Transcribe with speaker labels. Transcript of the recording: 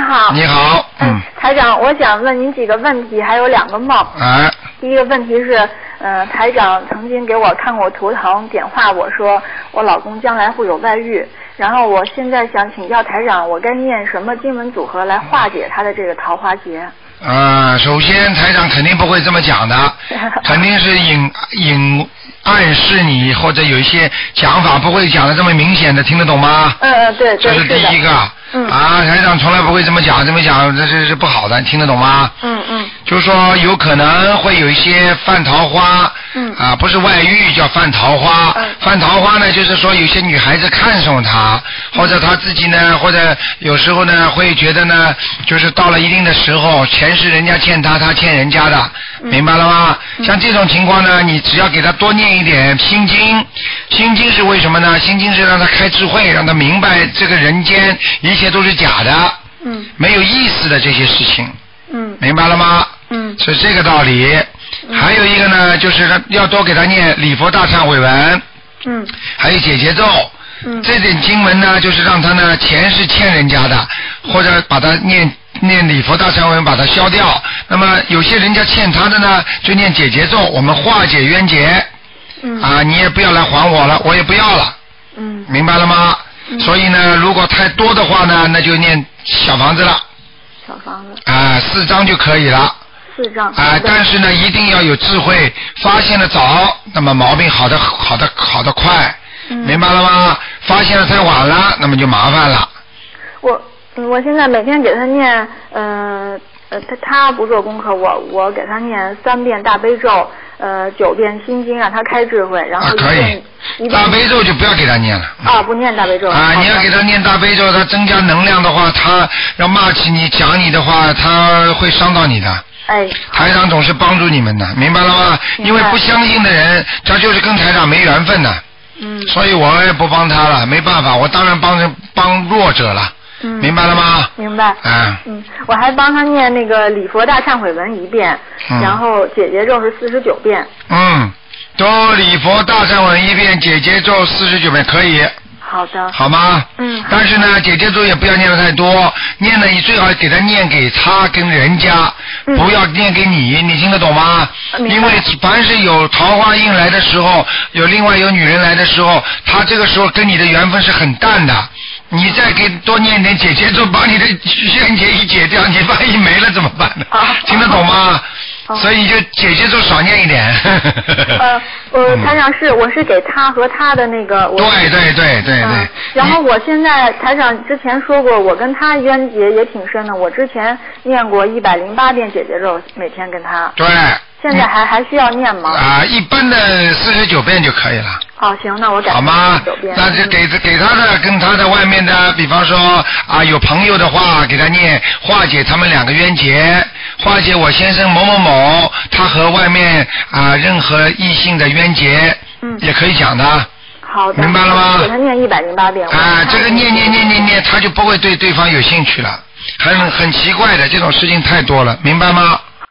Speaker 1: 好。哎
Speaker 2: 你好，嗯，
Speaker 1: 台长，我想问您几个问题，还有两个梦。
Speaker 2: 哎，
Speaker 1: 第一个问题是，呃，台长曾经给我看过图腾，点化我说我老公将来会有外遇，然后我现在想请教台长，我该念什么经文组合来化解他的这个桃花劫？
Speaker 2: 呃，首先台长肯定不会这么 讲的，肯定是隐隐暗示你或者有一些讲法不会讲的这么明显的，听得懂吗？
Speaker 1: 嗯嗯，对
Speaker 2: 这
Speaker 1: 对
Speaker 2: 是
Speaker 1: 是
Speaker 2: 第
Speaker 1: 的。
Speaker 2: 一个。
Speaker 1: 嗯
Speaker 2: 啊，台长从来不会这么讲，这么讲这是是不好的，听得懂吗？
Speaker 1: 嗯嗯
Speaker 2: 就是说有可能会有一些犯桃花，
Speaker 1: 嗯
Speaker 2: 啊，不是外遇叫犯桃花，
Speaker 1: 嗯
Speaker 2: 犯桃花呢，就是说有些女孩子看上他，或者他自己呢，或者有时候呢会觉得呢，就是到了一定的时候，钱是人家欠他，他欠人家的，
Speaker 1: 嗯
Speaker 2: 明白了吗？像这种情况呢，你只要给他多念一点心经，心经是为什么呢？心经是让他开智慧，让他明白这个人间一切都是假的，
Speaker 1: 嗯
Speaker 2: 没有意思的这些事情，
Speaker 1: 嗯
Speaker 2: 明白了吗？
Speaker 1: 嗯
Speaker 2: 是这个道理。还有一个呢，就是他要多给他念礼佛大忏悔文，
Speaker 1: 嗯
Speaker 2: 还有解结咒。
Speaker 1: 嗯
Speaker 2: 这点经文呢，就是让他呢钱是欠人家的，或者把它念念礼佛大忏悔文把它消掉。那么有些人家欠他的呢，就念解结咒，我们化解冤结。
Speaker 1: 嗯
Speaker 2: 啊，你也不要来还我了，我也不要了，
Speaker 1: 嗯
Speaker 2: 明白了吗？
Speaker 1: 嗯
Speaker 2: 所以呢，如果太多的话呢，那就念小房子了，
Speaker 1: 小房子
Speaker 2: 啊，四张就可以了。
Speaker 1: 四张。
Speaker 2: 啊、
Speaker 1: 好的
Speaker 2: 但是呢，一定要有智慧，发现的早，那么毛病好的好的好的快，
Speaker 1: 嗯
Speaker 2: 明白了吗？发现的太晚了，那么就麻烦了。
Speaker 1: 我嗯我现在每天给他念，嗯呃，他他不做功课，我我给他念三遍大悲咒，呃九遍心经，让他开智慧，然
Speaker 2: 啊
Speaker 1: 后，一
Speaker 2: 可
Speaker 1: 遍、
Speaker 2: 以，
Speaker 1: 一
Speaker 2: 大
Speaker 1: 遍
Speaker 2: 悲咒就不要给他念了。
Speaker 1: 啊不念大悲咒
Speaker 2: 啊，
Speaker 1: 好
Speaker 2: 你要
Speaker 1: 的
Speaker 2: 给他念大悲咒，他增加能量的话，他要骂起你、讲你的话，他会伤到你的。
Speaker 1: 哎
Speaker 2: 台长总是帮助你们的，明白了吗？
Speaker 1: 明白
Speaker 2: 因为不相信的人，他就是跟台长没缘分的，
Speaker 1: 嗯
Speaker 2: 所以我也不帮他了，没办法，我当然帮人帮弱者了，
Speaker 1: 嗯
Speaker 2: 明白了吗？
Speaker 1: 明白。
Speaker 2: 嗯，
Speaker 1: 嗯，我还帮他念那个礼佛大忏悔文一遍，
Speaker 2: 嗯
Speaker 1: 然后姐姐咒是四十九遍。
Speaker 2: 嗯，多礼佛大忏文一遍，姐姐咒四十九遍可以，
Speaker 1: 好的。
Speaker 2: 好吗？
Speaker 1: 嗯好
Speaker 2: 但是呢，姐姐咒也不要念的太多，念呢你最好给他念给他跟人家，
Speaker 1: 嗯
Speaker 2: 不要念给你，你听得懂吗？
Speaker 1: 呃明白
Speaker 2: 因为凡是有桃花运来的时候，有另外有女人来的时候，他这个时候跟你的缘分是很淡的。你再给多念点姐姐咒，把你的 冤结一解掉，你万一没了怎么办呢？
Speaker 1: 啊
Speaker 2: 听得懂吗？
Speaker 1: 哦
Speaker 2: 所以你就姐姐咒少念一点。
Speaker 1: 呃，呃，
Speaker 2: 嗯
Speaker 1: 台长是我是给他和他的那个我
Speaker 2: 对对对对对
Speaker 1: 嗯。，然后我现在台长之前说过，我跟他冤结也挺深的。我之前念过一百零八遍姐姐咒，每天跟他。
Speaker 2: 对。
Speaker 1: 现在还还需要念吗？
Speaker 2: 嗯啊，一般的四十九遍就可以了，
Speaker 1: 哦，行，那我改
Speaker 2: 好吗
Speaker 1: 九遍？。嗯
Speaker 2: 那就给给他的跟他的外面的，比方说啊有朋友的话，给他念化解他们两个冤结，化解我先生某某某他和外面啊任何异性的冤结，
Speaker 1: 嗯
Speaker 2: 也可以讲的。
Speaker 1: 好的。
Speaker 2: 明白了吗
Speaker 1: 给他念一百零八遍。我
Speaker 2: 啊，
Speaker 1: 看
Speaker 2: 这个念念念念念，他就不会对对方有兴趣了，很很奇怪的，这种事情太多了，明白吗？